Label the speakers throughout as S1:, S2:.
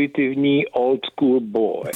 S1: intuitivní old school boy.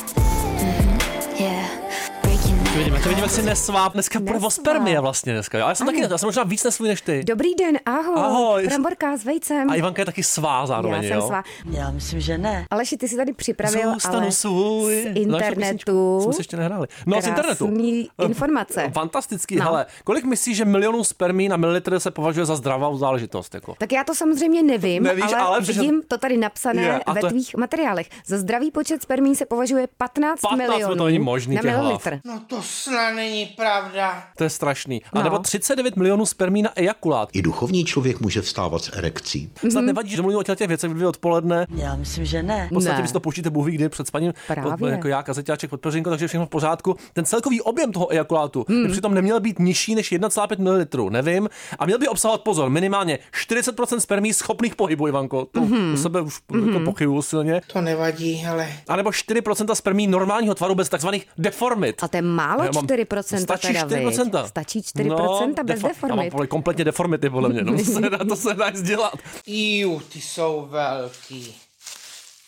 S2: Ty vidíme, ty vidíme si nesváp. Dneska
S3: Nesváp.
S2: prvospermie vlastně dneska. jo? Ale já jsem taky, ne- já jsem možná víc nesvůj než ty.
S3: Dobrý den, ahoj.
S2: Ahoj.
S3: Bramborka s vejcem.
S2: A Ivanka je taky svá zároveň,
S3: Já jsem
S2: jo?
S3: svá.
S4: Já myslím, že ne.
S3: Aleši, ty si tady připravil,
S2: Zůstanu
S3: ale
S2: svůj. No,
S3: z
S2: Znáš tu
S3: internetu.
S2: písničku? Jsme si ještě nehráli. No, z internetu. Eh,
S3: krásný informace.
S2: Fantastický,
S3: No.
S2: ale kolik myslíš, že milionů spermí na mililitr se považuje za zdravou záležitost? Jako?
S3: Tak já to samozřejmě nevím,
S2: Nevíš,
S3: ale,
S2: ale přišel-
S3: vidím to tady napsané
S2: Je, a
S3: ve
S2: to je-
S3: tvých materiálech. Za zdravý počet spermí se považuje 15,
S2: 15,
S3: milionů
S2: to není možný,
S3: na
S2: těch hlav.
S3: mililitr.
S5: No to snad není pravda.
S2: To je strašný. A
S3: No.
S2: nebo 39 milionů spermí na ejakulát.
S6: I duchovní člověk může vstávat s erekcí.
S3: Mhm.
S2: Snad nevadí, že mluvím o těchto těch věcech v dvě odpoledne.
S4: Já myslím, že ne.
S2: V podstatě
S3: Ne.
S2: vy si to pouštíte Bůh ví kdy před spaním.
S3: Právě.
S2: Pod- Jako já, kazeťáček pod peřinkou, takže všechno v pořádku. Ten celkový objem toho ejakulátu
S3: Hmm.
S2: by přitom neměl být nižší než 1,5 ml, nevím. A měl by obsahovat pozor, minimálně 40% spermí schopných pohybu, Ivanko. To
S3: Mhm.
S2: u sebe už jako pochybuju silně.
S5: To nevadí, ale
S2: A nebo 4% spermí normálního tvaru bez takzvaných deformit.
S3: A to je málo
S2: Já mám-
S3: 4%
S2: Stačí
S3: teda, viď?
S2: 4%.
S3: Stačí 4% bez
S2: Já mám
S3: deformit.
S2: pole- kompletně deformity, podle mě. No, to se nedá, to se nedá nic dělat.
S5: Iu, ty jsou velký.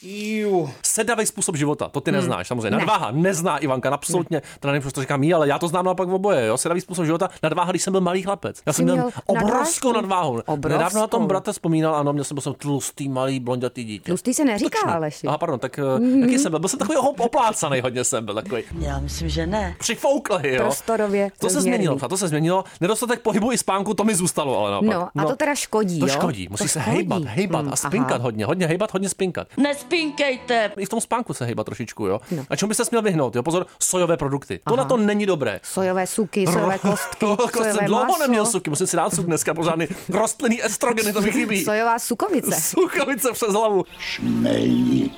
S5: Iu.
S2: Sedavý způsob života, to ty neznáš samozřejmě.
S3: Hmm. Ne.
S2: Nadváha nezná Ivanka, absolutně. Teda nevím, proč to říkám jí, ale já to znám naopak oboje. Jo? Sedavý způsob života, nadváha, když jsem byl malý chlapec. Já jsem
S3: Jsi
S2: měl
S3: měl
S2: obrovskou
S3: nadváhu?
S2: nadváhu.
S3: Obrovskou.
S2: Nedávno na tom brate vzpomínal, ano, měl jsem, byl jsem tlustý, malý, blondětý dítě.
S3: Tlustý se neříká,
S2: Tučný.
S3: Aleši. Mhm.
S2: Aha, pardon, tak mm jaký jsem byl? Byl jsem takový hop- oplácaný, hodně jsem byl takový.
S4: Já myslím, že ne.
S2: Přifoukli, jo.
S3: Prostorově
S2: To se
S3: rozměrný.
S2: změnilo, a to se změnilo. Nedostatek pohybu i spánku, to mi zůstalo, ale naopak.
S3: No, a to teda škodí,
S2: To
S3: jo?
S2: škodí, musí
S3: To
S2: se
S3: škodí.
S2: hejbat, hejbat
S3: Mm,
S2: a spinkat
S3: aha.
S2: hodně, hodně hejbat, hodně spinkat.
S4: Nespinkejte!
S2: I v tom spánku se hejba trošičku, jo.
S3: No.
S2: A čemu by se směl vyhnout, jo? Pozor, sojové produkty. To na to není dobré.
S3: Sojové suky, sojové kostky,
S2: Jako jsem
S3: sojové
S2: dlouho
S3: maso,
S2: neměl suky, musím si dát suk dneska pořádný. Rostlinný estrogeny, to mi chybí.
S3: sojová sukovice.
S2: Sukavice přes hlavu.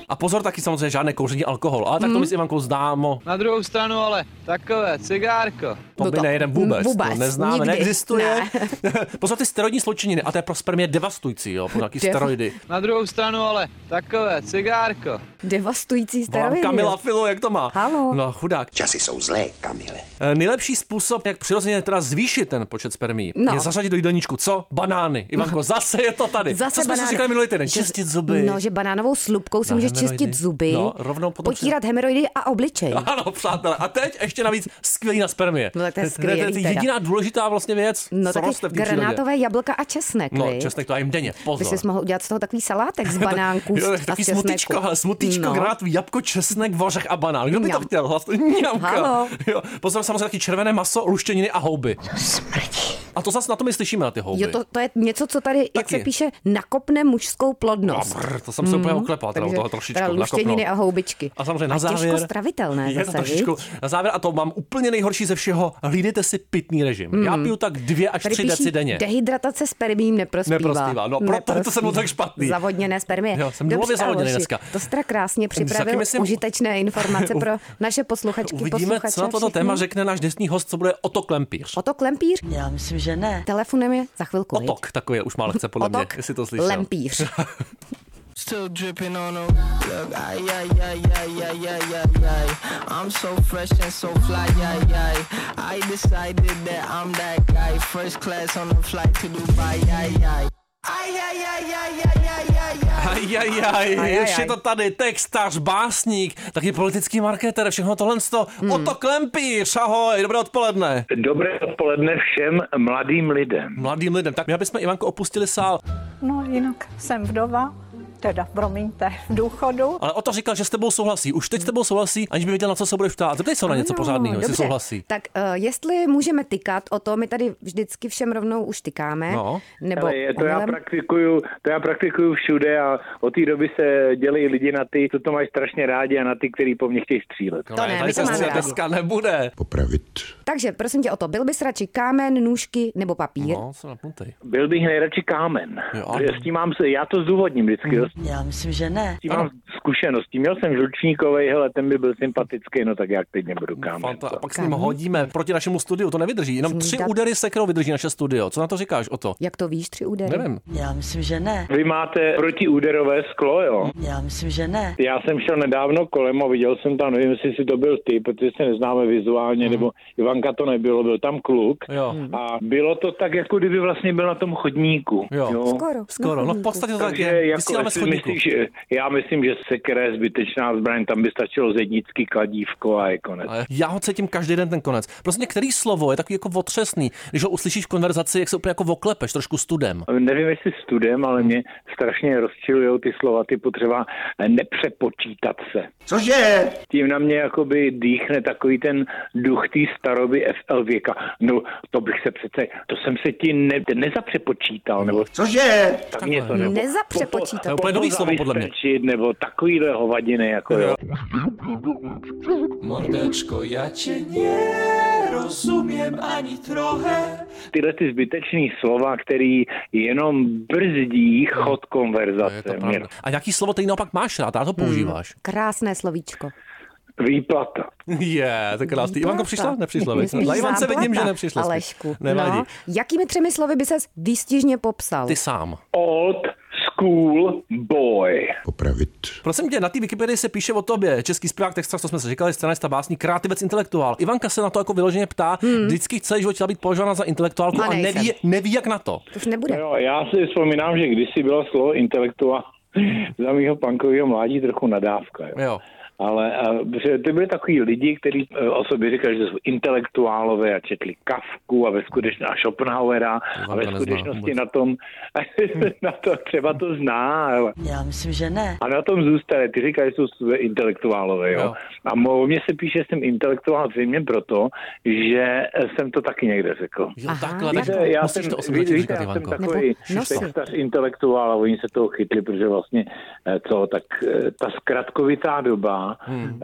S2: A pozor taky samozřejmě žádné kouření alkohol, ale
S3: Mhm.
S2: tak to jako my s Ivankou zdámo.
S7: Na druhou stranu ale takové cigárko.
S2: To
S3: No
S2: by
S3: to-
S2: nejedem vůbec.
S3: vůbec,
S2: to neznáme,
S3: nikdy.
S2: neexistuje. Pozor ty steroidní sloučeniny, a to je pro spermie devastující, jo, po nějaký
S3: Deva-
S2: steroidy.
S7: Na druhou stranu ale takové cigárko.
S3: Devastující
S2: Volám
S3: steroidy.
S2: Kamila Filo, jak to má?
S3: Halo.
S2: No, chudák.
S6: Časy jsou zlé, Kamile.
S2: E, Nejlepší způsob, jak přirozeně teda zvýšit ten počet spermí,
S3: No.
S2: je zařadit do jídelníčku. Co? Banány. Ivanko, zase je to tady.
S3: Zase
S2: Co jsme si
S3: banány.
S2: říkali minulý týden?
S3: Že-
S2: Čistit zuby.
S3: No, že banánovou slupkou si
S2: Na
S3: můžeš
S2: hemoroidy.
S3: čistit zuby,
S2: No, rovnou potom No, si-
S3: potírat hemoroidy a obličej.
S2: Ano, přátelé. A teď ještě navíc skvělý na spermie.
S3: No, tak to je
S2: to je
S3: skvělý teda.
S2: jediná důležitá vlastně věc,
S3: No
S2: co
S3: taky
S2: roste v té přírodě.
S3: granátové jablka a česnek,
S2: No,
S3: viď?
S2: česnek to já jim denně,
S3: By
S2: pozor.
S3: si mohl udělat z toho takový salátek z banánků
S2: Jo,
S3: a
S2: taky
S3: z česneku.
S2: smutíčko, hele, smutíčko, no. granátový jabko, česnek, vořech a banán. Kdo by to
S3: Mňam.
S2: chtěl? Vlastně, mňamka.
S3: Halo.
S2: Jo, pozor, samozřejmě taky červené maso, luštěniny a houby. A to zase na to my slyšíme, na ty houby.
S3: Jo, to, to je něco, co tady, jak
S2: Taky.
S3: se píše, nakopne mužskou
S2: A
S3: plodnost.
S2: brr, to jsem se úplně oklepal, teda u toho trošičku.
S3: no. Mhm. teda luštěniny
S2: nakopnout.
S3: a houbičky.
S2: A samozřejmě na
S3: těžko
S2: závěr.
S3: stravitelné
S2: je to
S3: zase,
S2: trošičku,
S3: viď?
S2: na závěr, a to mám úplně nejhorší ze všeho, hlídejte si pitný režim. Já piju tak dvě až
S3: Mhm. Tady
S2: tři deci
S3: píší,
S2: denně.
S3: dehydratace spermím neprospívá.
S2: Neprospívá, no, proto je to
S3: Neprospívá.
S2: se mnou tak špatný.
S3: Zavodněné spermie.
S2: Jo, jsem nulově zavodněný
S3: Aleši,
S2: dneska.
S3: To jste tak krásně
S2: Taky
S3: připravil
S2: myslím-
S3: užitečné informace pro naše posluchačky,
S2: Uvidíme,
S3: posluchače
S2: co na toto
S3: všechny.
S2: téma řekne náš dnešní host, co bude Oto Klempíř.
S3: Oto Klempíř,
S4: Já myslím, že ne.
S3: telefonem je za chvilku. viď?
S2: Otok, takový je, už má lehce podle mě,
S3: Otok
S2: jestli to slyšel.
S3: Lempíř.
S8: Still dripping on a rug. Ay, ay, ay, ay, ay, ay, ay, ay. I'm so fresh and so fly, ay, ay. I decided that I'm that guy. First class on a flight to Dubai, ay, ay. Ay, ay, ay, ay, ay, ay, ay, ay.
S2: Ajajaj,
S3: Ajajaj.
S2: ještě to tady, textař, básník, taky politický marketer, všechno tohle z toho.
S3: Hmm.
S2: Oto Klempíř, ahoj, dobré odpoledne.
S1: Dobré odpoledne všem mladým lidem.
S2: Mladým lidem, tak my bychom Ivanko opustili sál,
S9: No jinak jsem vdova, teda promiňte, v důchodu.
S2: ale Oto říkal, že s tebou souhlasí. Už teď s tebou souhlasí, aniž by věděl, na co se budeš ptát. Zeptej se ho na něco
S3: Ano,
S2: pořádného, jestli
S3: No, dobře.
S2: souhlasí.
S3: Tak uh, jestli můžeme tykat o to, my tady vždycky všem rovnou už tykáme.
S2: No.
S3: Nebo
S1: Ale je, to, já
S3: omylem.
S1: praktikuju, to já praktikuju všude a od té doby se dělají lidi na ty, co to mají strašně rádi a na ty, který po mně chtějí střílet.
S2: No
S3: To ne,
S2: tady
S3: my to
S2: se
S3: máme rádi.
S2: dneska nebude.
S6: Popravit.
S3: Takže prosím tě o to, byl bys radši kámen, nůžky nebo papír?
S2: No, jsem napnutý.
S1: Byl bych nejradši kámen.
S2: Jo.
S1: Protože S tím mám se, já to zdůvodním vždycky, jo, s
S4: Já myslím, že ne.
S1: tím mám zkušenosti. Měl jsem žlučníkovej, hele, ten by byl sympatický, no tak já klidně budu kámen.
S2: Fanta, a pak s
S3: Kam?
S2: ním hodíme proti našemu studiu, to nevydrží. Jenom tři
S3: Zní tak-
S2: údery sekrou vydrží naše studio. Co na to říkáš o to?
S3: Jak to víš, tři údery?
S2: Nevím.
S4: Já myslím, že ne.
S1: Vy máte protiúderové sklo, jo?
S4: Já myslím, že ne.
S1: Já jsem šel nedávno kolem a viděl jsem tam, nevím, jestli si to byl ty, protože se neznáme vizuálně, nebo Ivanka to nebylo, byl tam kluk.
S2: Mhm. Jo.
S1: A bylo to tak, jako kdyby vlastně byl na tom chodníku.
S2: Jo.
S3: Skoro. Mhm.
S2: Skoro, no v
S3: chodníku.
S2: podstatě to tak
S1: Takže
S2: je.
S1: jako
S2: Vysíláme schodníku.
S1: myslíš, že- já myslím, že sekera je zbytečná zbraň, tam by stačilo zednický kladívko a je konec.
S2: Ale Já ho cítím každý den ten konec. Prostě který slovo je takový jako otřesný, když ho uslyšíš v konverzaci, jak se úplně jako oklepeš, trošku studem.
S1: Nevím, jestli studem, ale mě strašně rozčilujou ty slova typu třeba nepřepočítat se.
S6: Cože?
S1: Tím na mě jakoby dýchne takový ten duch té staroby FL věka. No, to bych se přece, to jsem se ti ne, nezapřepočítal, nebo
S6: Cože?
S1: tak něco, nebo
S3: Nezapřepočítat.
S2: To je úplně nový slovo podle mě.
S1: pozavystrčit, nebo takovýhle hovadiny, jako jo.
S10: Mordečko, já tě nerozumím ani trochę.
S1: Tyhle ty zbytečný slova, který jenom brzdí chod
S2: Je No, to
S1: konverzace. Mě-
S2: pravda. A nějaký slovo, který naopak máš rád, a to používáš.
S3: Krásné slovíčko.
S1: Výplata.
S2: Je, to krásný. Ivanko přišla? Nepřišla. viď?
S3: Spíš
S2: Na Ivance
S3: záplata,
S2: vidím, že nepřišla.
S3: Alešku,
S2: Nevadí.
S3: no, jakými třemi slovy by ses výstižně popsal?
S2: Ty sám.
S1: Old school boy.
S6: Popravit.
S2: Prosím tě, na té Wikipedii se píše o tobě. Český zpěvák, textař, to jsme si říkali, scenarista, básník, kreativec, intelektuál. Ivanka se na to jako vyloženě ptá, hmm. vždycky celý život chtěla být považována za intelektuálku
S3: A
S2: a, a
S3: nejsem.
S2: neví, neví, jak na to.
S3: To už nebude.
S1: Jo, já si vzpomínám, že kdysi bylo slovo intelektuál za mýho punkového mládí trochu nadávka. Jo.
S2: Jo.
S1: Ale eh, že ty byli takový lidi, kteří eh, o sobě říkali, že jsou intelektuálové a četli Kafku a ve skutečnosti a Schopenhauera a ve
S2: to nezná
S1: skutečnosti
S2: vůbec.
S1: na tom, na to třeba to zná, ale
S4: Já myslím, že ne.
S1: a na tom zůstane. Ty říkáš, že jsou své intelektuálové, jo?
S2: Jo.
S1: jo. A mo- o mně se píše, že jsem intelektuál zřejmě proto, že jsem to taky někde řekl.
S2: Jo,
S3: Aha.
S2: takhle,
S3: Víte,
S2: tak,
S1: já
S2: musíš
S1: jsem,
S2: to 8
S1: víte, víte,
S2: říkat,
S1: já jsem
S2: Ivanko.
S1: takový
S3: Nebo nosy.
S1: textař intelektuál a oni se toho chytli, protože vlastně eh, co, tak eh, ta zkratkovitá doba hmm.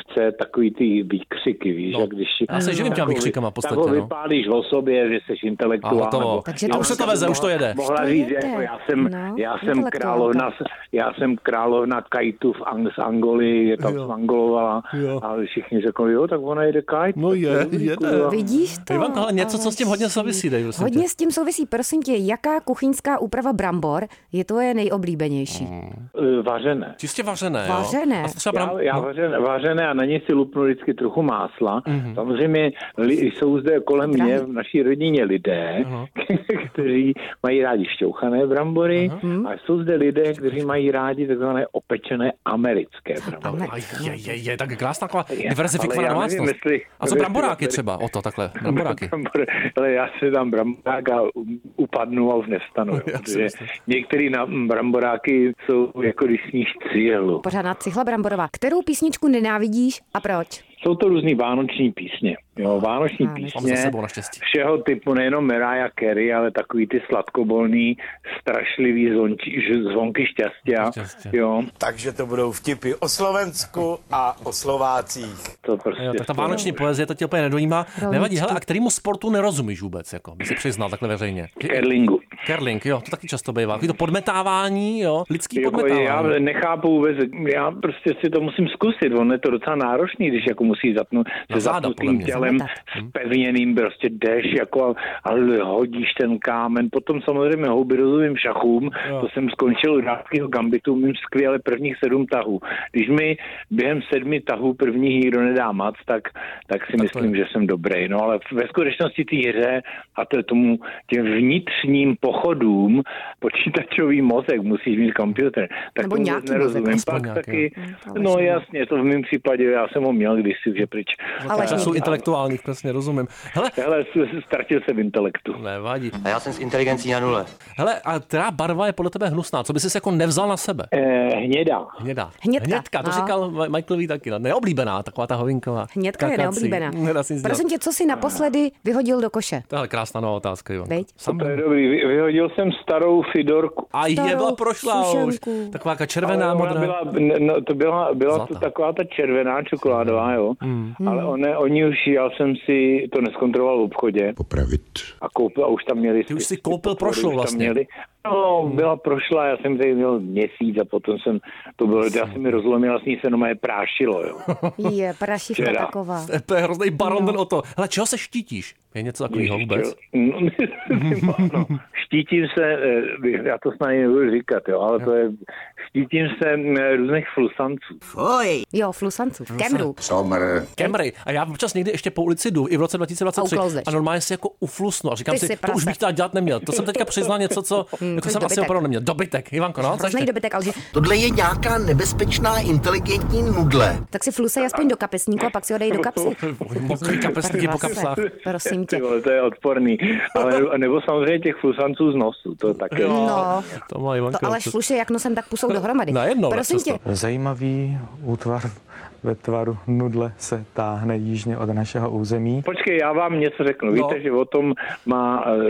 S1: chce takový ty výkřiky, víš,
S2: No.
S1: no. a když...
S2: Já se živím těma
S1: takový-
S2: výkřikama v podstatě,
S1: Tak ho
S2: no.
S1: vypálíš o sobě, že jsi
S2: A
S1: intelektuál.
S2: hotovo.
S1: nebo-
S3: Takže
S1: Já
S3: to
S1: už se to veze, už to
S2: jede.
S1: Mohla
S3: To
S1: říct,
S3: jede.
S1: jako já jsem,
S3: No,
S1: já jsem
S3: intelektuálka.
S1: královna, já jsem královna kajtu v Ang- z Angoly, je tam
S2: Jo.
S1: svangolovala
S2: Jo.
S1: a všichni řekli, jo, tak ona jede kajt.
S2: No je,
S1: To
S2: jede.
S1: kurva.
S3: Vidíš to?
S2: Ivanko, ale něco, co s tím hodně
S3: Aleši.
S2: souvisí, dej, prosím
S3: No, Hodně
S2: tě.
S3: s tím souvisí, prosím tě, jaká kuchyňská úprava brambor je tvoje nejoblíbenější?
S2: Mm.
S1: Eh, Vařené.
S2: Čistě vařené,
S3: Vařené.
S2: Jo? A to třeba
S1: Já,
S2: bram...
S1: já vařené, vařené a na ně si lupnu vždycky trochu másla.
S2: Mhm.
S1: Mm-hmm. Samozřejmě li, jsou zde kolem
S3: Drahý.
S1: mě v naší rodině lidé,
S2: Ano.
S1: kteří mají rádi šťouchané brambory a jsou zde lidé, kteří mají rádi takzvané opečené americké brambory.
S3: Ale-
S2: Aj, je, je, je, tak je krásná taková
S1: já
S2: diverzifikovaná
S1: nevím,
S2: domácnost.
S1: jestli-
S2: a co
S1: jestli-
S2: bramboráky třeba? O to takhle, bramboráky.
S1: Brambor- Ale já si dám bramborák a u- upadnu a už nevstanu. Jo,
S2: Já si
S1: protože
S2: myslím.
S1: některý na bramboráky jsou jako když sníš cihlu.
S3: Pořádná cihla bramborová. Kterou písničku nenávidíš a proč?
S1: Jsou to různý vánoční písně. Jo, vánoční
S3: Vánoční.
S2: Mám za
S1: písně
S2: sebou naštěstí.
S1: všeho typu, nejenom Mariah Carey, ale takový ty sladkobolný, strašlivý zvonči, ž- zvonky šťastia.
S2: Šťastě.
S1: Jo,
S10: Takže to budou vtipy o Slovensku a o Slovácích.
S1: to prostě...
S2: Jo, tak ta
S1: jsou-
S2: vánoční poezie, to tě úplně nedojímá. Nevadí, hele, a kterému sportu nerozumíš vůbec, jako, by si přiznal takhle veřejně.
S1: Kerlingu.
S2: Curling, jo, to taky často bývá. Takový to podmetávání, jo, lidský
S1: Jako já
S2: podmetávání.
S1: nechápu vůbec, já prostě si to musím zkusit, on je to docela náročný, když jako musí zatnout
S2: Na
S1: se
S2: No, záda, podle
S1: zatnutým
S2: mě.
S1: tělem,
S3: Zametat.
S1: s pevněným, prostě jdeš jako a, a hodíš ten kámen, potom samozřejmě houby rozumím šachům,
S2: Jo.
S1: jo. to jsem skončil u dávského gambitu, umím skvěle prvních sedm tahů. Když mi během sedmi tahů první nikdo nedá mac, tak, tak si myslím, že jsem dobrý. No ale ve skutečnosti té hře a to je tomu těm vnitřním pochodům počítačový mozek, musíš mít počítač, tak
S3: Nebo
S1: tomu
S3: nějaký
S1: vůbec nerozumím.
S3: mozek,
S2: aspoň
S1: Pak
S2: nějaký,
S1: taky,
S3: ale
S1: no
S3: že-
S1: jasně, to v mém případě, já jsem ho měl kdysi, že pryč.
S3: Ale
S2: Času intelektuálních, přesně rozumím. Hele,
S1: Ale ztratil se v intelektu.
S2: nevadí.
S10: A já jsem s inteligencí na nule.
S2: Hele, a která barva je podle tebe hnusná? Co bys si jako nevzal na sebe?
S1: Eh, hnědá.
S2: Hnědá.
S3: Hnědka.
S2: Hnědka, to
S3: No.
S2: říkal Ma- Michael Ví taky. no. Neoblíbená, taková ta hovinková.
S3: Hnědka je
S2: Kakací.
S3: neoblíbená.
S2: Nedá se nic dělat.
S3: Prosím tě, co jsi naposledy vyhodil do koše?
S2: To je krásná nová otázka, Ivan.
S3: Veď?
S1: To je dobrý, vy- vyhodil jsem starou Fidorku.
S2: A je
S3: Starou
S2: byla prošla už.
S3: sušenku.
S2: Taková jako
S1: Ale ona
S2: červená, modrá.
S1: Byla, ne- no, to byla, byla to
S2: Zlatá.
S1: taková ta červená čokoládová, jo.
S2: Hmm.
S1: Ale one, oni už, já jsem si to neskontroloval v obchodě
S6: Popravit.
S1: a koupil, a už tam měli...
S2: Ty už si
S1: ty
S2: koupil
S1: potvory,
S2: prošlou
S1: už tam
S2: vlastně. Hmm.
S1: Měli, no, byla prošla, já jsem tady měl měsíc a potom jsem, to bylo, já jsem mi rozlomil, vlastně se jenom je prášilo, jo.
S3: Je, prašivka
S1: Včera.
S3: taková.
S2: To je hrozný
S3: No.
S2: baron ten o to. Hele, čeho se štítíš? Je něco takového vůbec?
S1: No, no, štítím se, eh, já to snad ani nebudu říkat, jo, ale to je, štítím se eh, různých flusanců.
S3: Jo, flusanců. Kemru.
S6: Somr.
S2: Kemry. A já občas někdy ještě po ulici jdu, i v roce
S3: A
S2: 2023.
S3: uklouzeš.
S2: A normálně si jako uflusnu a říkám
S3: Ty
S2: si,
S3: jsi
S2: to už
S3: prase.
S2: bych teda dělat neměl. To jsem teďka přiznal něco, co
S3: Mm,
S2: jako
S3: což
S2: jsem asi
S3: dobytek.
S2: opravdu neměl. Dobytek, Ivanko, no, co
S3: Hrozný
S2: ještě?
S3: dobytek, ale že,
S8: Tohle je nějaká nebezpečná inteligentní nudle.
S3: tak si flusej aspoň do kapesníku a pak si ho dej do kapsy.
S2: Mokrý kapesníky po
S3: Prvase,
S2: kapsách.
S3: Prosím tě.
S1: Ty vole, to je odporný. Ale, nebo samozřejmě těch flusanců z nosu, to taky.
S3: No,
S2: To má Ivanko.
S3: to ale
S2: co-
S3: šluše jak nosem, tak pusou dohromady.
S2: Najednou,
S3: Prosím
S2: tak
S3: tě,
S2: přesto.
S11: Zajímavý útvar ve tvaru nudle se táhne jižně od našeho území.
S1: No. Počkej, já vám něco řeknu.
S2: No.
S1: Víte, že o tom má eh,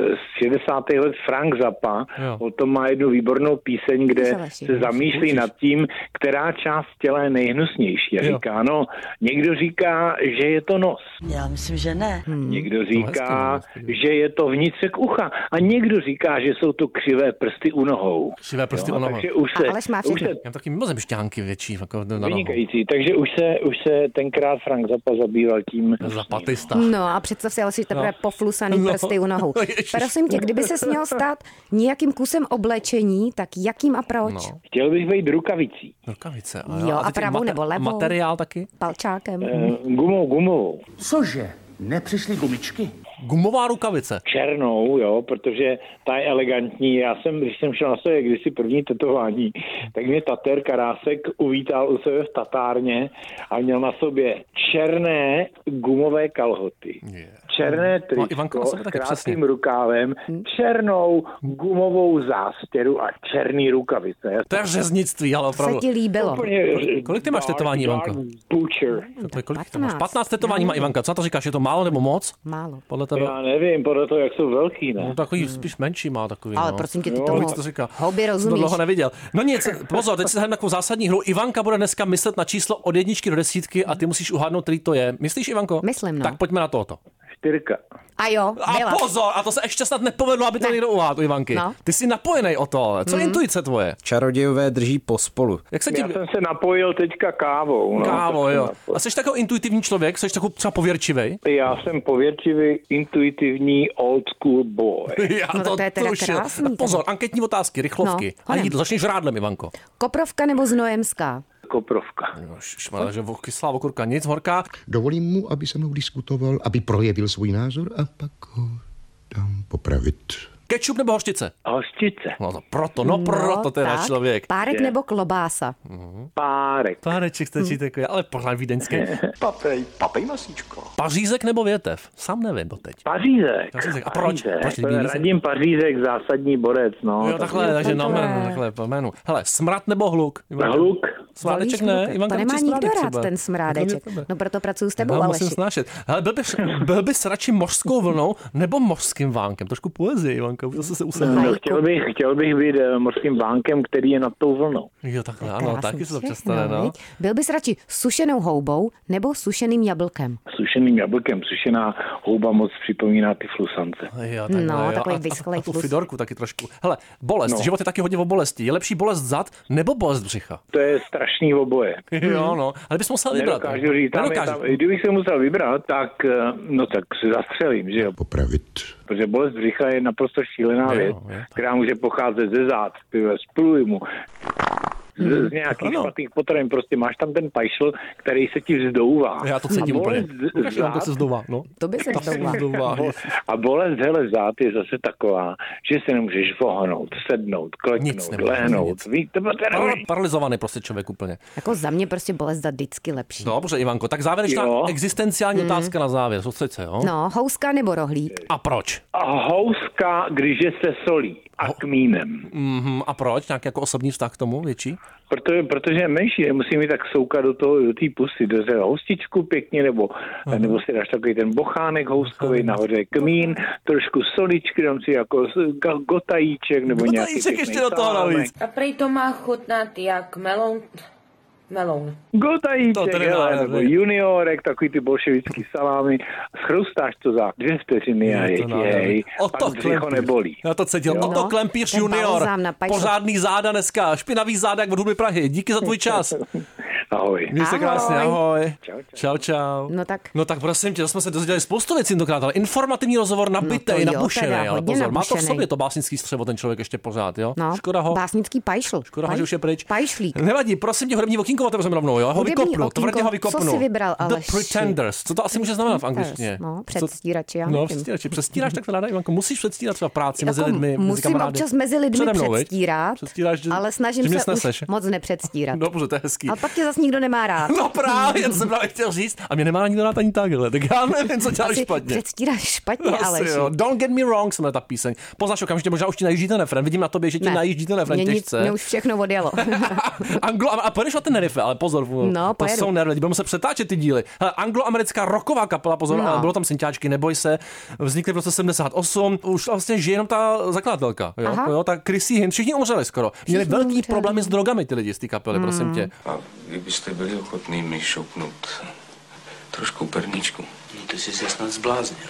S1: z 60. let Frank Zappa,
S2: Jo.
S1: o tom má jednu výbornou píseň, kde
S3: Zaleším.
S1: se zamýšlí nad tím, která část těla je nejhnusnější. A
S2: Jo.
S1: říká, no, někdo říká, že je to nos.
S4: Já myslím, že ne.
S12: Hmm.
S1: Někdo
S2: hezky, no,
S1: říká,
S2: hezky.
S1: že je to vnitřek ucha a někdo říká, že jsou to křivé prsty u nohou.
S2: Šivé prsty
S1: Jo,
S2: o nohu.
S1: takže už
S3: A Aleš má
S1: se, už
S3: všechny.
S1: se
S2: Já mám taky mimozemšťánky větší, jako na nohu.
S1: Vynikající. Takže už se, už se tenkrát Frank Zappa zabýval tím.
S2: Zapatista.
S3: No a představ si ale si teprve
S2: No.
S3: no. poflusaný
S2: No.
S3: no. prsty u nohou.
S2: Ježiš.
S3: Prosím tě, kdyby se měl stát nějakým kusem oblečení, tak jakým a proč?
S2: No.
S3: No.
S1: Chtěl bych být rukavicí.
S2: Rukavice.
S3: Jo, a
S2: teď
S3: pravou nebo levou?
S2: Materiál taky?
S3: Palčákem.
S1: Eh, Gumou, gumovou.
S11: Cože? Nepřišly gumičky?
S2: Gumová rukavice.
S1: Černou, jo, protože ta je elegantní. Já jsem, když jsem šel na své kdysi první tetování, tak mě Tater Karásek uvítal u sebe v tatárně a měl na sobě černé gumové kalhoty. Černé
S2: No, Ivanko
S1: tričko
S2: na sebe
S1: s
S2: taky,
S1: krátkým
S2: přesně. Hmm.
S1: rukávem, černou gumovou zástěru a černý rukavice. Já
S2: To je řeznictví, ale
S3: Se
S2: opravdu.
S3: ti líbilo.
S1: Úplně-
S2: Kolik ty máš
S1: Dark-
S2: tetování, Ivanko?
S1: Dark Butcher.
S2: To je kolik to
S3: 15.
S2: máš? 15 tetování má Ivanka. Co na to říkáš? Je to málo nebo moc?
S3: No, Málo.
S2: Podle tebe?
S1: Já nevím, podle toho, jak jsou velký,
S2: No,
S1: ne?
S2: takový spíš menší má takový.
S3: Ale
S2: no.
S3: prosím tě, ty
S1: Jo,
S3: tomu
S2: Kolik to říká?
S3: hobby
S2: To
S3: rozumíš.
S2: dlouho neviděl. No nic, pozor, teď si hrajeme takovou zásadní hru. Ivanka bude dneska myslet na číslo od jedničky do desítky a ty musíš uhádnout, který to je. Myslíš, Ivanko?
S3: Myslím, no.
S2: Tak pojďme na tohoto.
S1: Čtyřka.
S3: A jo,
S2: A
S3: byla.
S2: pozor, a to se ještě snad nepovedlo, aby to
S3: Ne.
S2: někdo uhádl, Ivanky.
S3: No. Hmm.
S2: Ty jsi napojený o to. Co je intuice tvoje?
S11: Čarodějové drží pospolu.
S2: Jak se ti...
S1: Já jsem se napojil teďka kávou. No,
S2: Kávo,
S1: To jsem
S2: jo.
S1: napojil.
S2: A jsi takový intuitivní člověk? Jsi takový třeba pověrčivý?
S1: Já jsem pověrčivý, intuitivní old school boy.
S2: Já
S3: No, to je teda
S2: tušil.
S3: krásný, teda.
S2: Pozor, anketní otázky, rychlovky.
S3: No,
S2: a
S3: honem.
S2: jídlo, začneš rádlem, Ivanko.
S3: Koprovka nebo znojemská?
S1: jako Koprovka.
S2: No, šmala, že kyslá okurka, nic horká.
S6: Dovolím mu, aby se mnou diskutoval, aby projevil svůj názor a pak ho dám popravit.
S2: Kečup nebo hoštice?
S1: Hostice.
S2: No to proto, no, proto teda
S3: tak.
S2: člověk.
S3: Párek nebo klobása?
S1: Párek.
S2: Páreček stačí takový, ale pořád vídeňský.
S6: Papej, papej masíčko.
S2: Pařízek nebo větev? Sám nevím doteď.
S1: Pařízek.
S2: Pařízek. A proč?
S1: Pařízek.
S2: Proč
S1: To je
S2: líbí se?
S1: Radim Pařízek, zásadní borec, no.
S2: jo, takhle, takže na
S3: takhle.
S2: jménu, takhle po jménu. Hele, smrad nebo hluk? Ivanka?
S1: Hluk.
S2: Smrádeček
S3: Volíš
S2: ne,
S3: hluky?
S2: Ivanka
S3: To nemá
S2: radši
S3: nikdo
S2: smrádek
S3: rád,
S2: třeba.
S3: ten smrádeček.
S2: Kromě tebe.
S3: No proto pracuju s tebou,
S2: Já ho musím
S3: Aleši.
S2: snášet. Hele, byl, bys, byl bys radši mořskou vlnou nebo mořským vánkem? Trošku poezie, Ivanka, už zase se usadil.
S1: No, chtěl, bych, chtěl bych být eh, mořským vánkem, který je nad tou vlnou.
S2: Jo, takhle, ano,
S3: Krásný
S2: taky se to občas
S3: všechno,
S2: stane, no.
S3: viď? Byl bys radši sušenou houbou nebo sušeným jablkem?
S1: Sušeným jablkem. Sušená houba moc připomíná ty flusance.
S2: Jo, takhle,
S3: No,
S2: jo.
S3: takový
S2: A- a-
S3: vyschlej
S2: A tu
S3: flus.
S2: Fidorku taky trošku. Hele, bolest,
S1: No.
S2: život je taky hodně o bolesti. Je lepší bolest zad nebo bolest břicha?
S1: To je strašný oboje.
S3: Hmm.
S2: Jo, no, ale bys musel vybrat. no.
S1: Nedokážu říct, tam je,
S2: Nedokážu.
S1: tam, kdybych se musel vybrat, tak, eh, no tak se zastřelím, že jo.
S6: Popravit.
S1: Protože bolest břicha je naprosto šílená
S2: Jo,
S1: věc,
S2: jo, tak.
S1: která může pocházet ze zád, ty vole, z průjmu, z, z nějakých
S2: Hmm, Ano.
S1: špatných potravin. Prostě máš tam ten pajšl, který se ti vzdouvá.
S2: Já to
S1: A
S2: cítím úplně.
S1: bolest z-
S2: Ukaž, Ivanko,
S1: zad-
S2: se zdouvá, no.
S3: To by se
S2: Ta se
S3: vzdala.
S2: zdouvá.
S1: A bolest hele zad je zase taková, že se nemůžeš vohnout, sednout,
S2: Nic
S1: kleknout,
S2: nemůžeš, nic.
S1: lehnout. Víš, to bylo ten-
S2: Par- Paralizovaný prostě člověk úplně.
S3: Jako za mě prostě bolest za vždycky lepší.
S2: Dobře, Ivanko, tak závěrečná
S1: Jo.
S2: existenciální otázka na závěr. Soustřed se, jo?
S3: Hmm. No, houska nebo rohlík?
S2: A proč?
S1: A houska, když je se solí a kmínem.
S2: Mhm, a proč? Nějaký jako osobní vztah k tomu větší?
S3: No
S1: Protože, protože je menší, nemusí mi tak soukat do toho, do té pusy, do té houstičku pěkně, nebo, nebo si dáš takový ten bochánek houskový, nahoře je kmín, trošku soličky, dám si jako s- ga- gotajíček, nebo nějaký
S2: Gotajíček
S1: pěkný
S2: ještě do toho
S1: sámek.
S2: navíc.
S13: A prej to má chutnat jak melon, melon.
S2: To
S1: Gotajíček,
S2: tedy
S1: hele,
S2: nádherný.
S1: nebo juniorek, takový ty bolševický salámy, schrustáš to za dvě vteřiny a
S2: Je
S1: je,
S2: to
S1: ti
S2: nádherný.
S1: hej,
S2: O
S1: pak
S2: to
S1: břicho
S2: klempíř.
S1: nebolí.
S2: Já to cítil. O to
S3: No,
S2: klempíř
S3: ten
S2: junior.
S3: balzám na pajsu.
S2: Pořádný záda dneska. Špinavý záda jak od hudby Prahy. Díky za tvůj čas.
S1: Ahoj.
S2: Měj se krásně, ahoj.
S1: Čau, čau.
S2: čau, čau.
S3: No tak.
S2: No tak prosím tě, to jsme se dozvěděli spoustu věcí tentokrát, ale informativní rozhovor
S3: to
S2: nabitej,
S3: jo,
S2: no nabušený,
S3: teda
S2: ale
S3: hodně
S2: pozor, má to v
S3: nabušenej.
S2: sobě to básnický střevo ten člověk ještě pořád, jo?
S3: No,
S2: Škoda ho.
S3: Básnický pajšl.
S2: Škoda ho, že už je pryč.
S3: Pajšlík.
S2: Nevadí, prosím tě, hudební okýnko otevřeme rovnou, jo? Ho
S3: Hudební
S2: vykopnu,
S3: okýnko,
S2: tvrdě ho
S3: co
S2: vykopnu.
S3: jsi vybral, Aleši?
S2: The Pretenders, co to asi může znamenat v angličtině?
S3: No,
S2: Co-
S3: předstírači, já
S2: No,
S3: nevím.
S2: předstírači. Přestíráš tak to ráda, Ivanko. Musíš předstírat třeba práci mezi
S3: Jako
S2: lidmi, mezi
S3: musím
S2: kamarády.
S3: občas mezi lidmi
S2: Přede mnou, viď?
S3: předstírat,
S2: Předstíráš, že-
S3: ale snažím
S2: že mě
S3: se
S2: sneseš.
S3: už moc nepředstírat.
S2: Dobře, to je hezký.
S3: A pak tě zase nikdo nemá rád.
S2: No právě, to jsem právě chtěl říct. A mě nemá nikdo rád ani tak, hele, tak já nevím, co děláš
S3: Asi
S2: špatně.
S3: Předstíráš špatně,
S2: Asi
S3: ale
S2: jo. Don't get me wrong, jsme ta píseň. Poznáš okamžitě, možná už ti najíždí ten refren. Vidím na tobě, že ti najíždí ten refren
S3: mě, nic,
S2: těžce.
S3: mě už všechno odjelo.
S2: Anglo, a půjdeš na ten riff, ale pozor,
S3: No,
S2: to
S3: pojedu.
S2: jsou nervy, budeme se přetáčet ty díly. Hele, angloamerická roková kapela, pozor,
S3: No.
S2: ale bylo tam synťáčky, neboj se, vznikly v roce 78, už vlastně žije jenom ta zakladatelka, jo,
S14: Aha.
S2: jo ta Chrissy Hinn, všichni umřeli skoro. Měli
S14: Všichni
S2: velký
S14: umřeli.
S2: problémy s drogami ty lidi z té kapely, prosím tě.
S14: A kdybyste byli ochotný mi šoupnout trošku perničku. No ty jsi se snad zbláznil.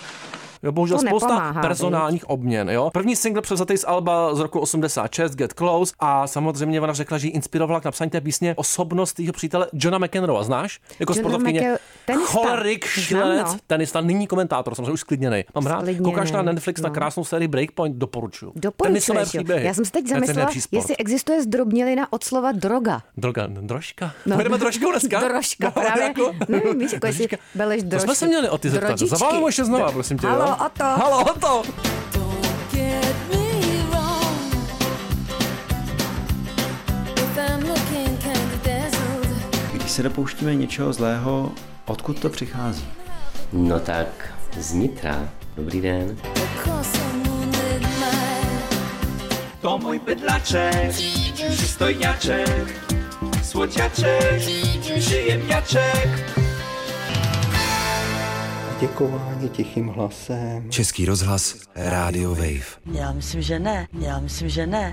S2: Jo, bohužel
S14: To
S2: spousta
S14: nepomáhá,
S2: personálních obměn. Jo? První single převzatý z Alba z roku 86, Get Close, a samozřejmě ona řekla, že ji inspirovala k napsání té písně osobnost jeho přítele Johna McEnroe. Znáš? Jako
S3: Johna
S2: sportovkyně.
S3: McEl- tenista.
S2: Cholerik,
S3: Znám,
S2: šlec,
S3: no.
S2: tenista, nyní komentátor, jsem se už sklidněnej. Mám rád.
S3: Sklidněnej,
S2: Koukáš na Netflix na
S3: no.
S2: krásnou sérii Breakpoint, doporučuju. Tenisové
S3: Doporučuješ, jo.
S2: příběhy.
S3: Já jsem si teď
S2: To je ten
S3: zamyslela,
S2: nejlepší sport.
S3: jestli existuje zdrobnělina od slova droga.
S2: Droga, drožka? No.
S3: No.
S2: Budeme drožkou dneska?
S3: Drožka,
S2: No,
S3: právě.
S2: jako-
S3: Nevím, víš, jako jestli beleš
S2: To
S3: drožky.
S2: jsme se měli o ty zeptat.
S3: Drožičky.
S2: Zavolám mu ještě znova, prosím tě.
S3: Halo,
S2: jo?
S3: Otto.
S2: Halo, Otto.
S12: Když se dopouštíme něčeho zlého, odkud to přichází?
S15: No tak, z Nitra. Dobrý den.
S16: To můj bydlaček, přistojňaček, słodziaczek, przyjemniaczek.
S17: Děkování tichým hlasem.
S18: Český rozhlas Rádio Wave.
S4: Já myslím, že ne. Já myslím, že ne.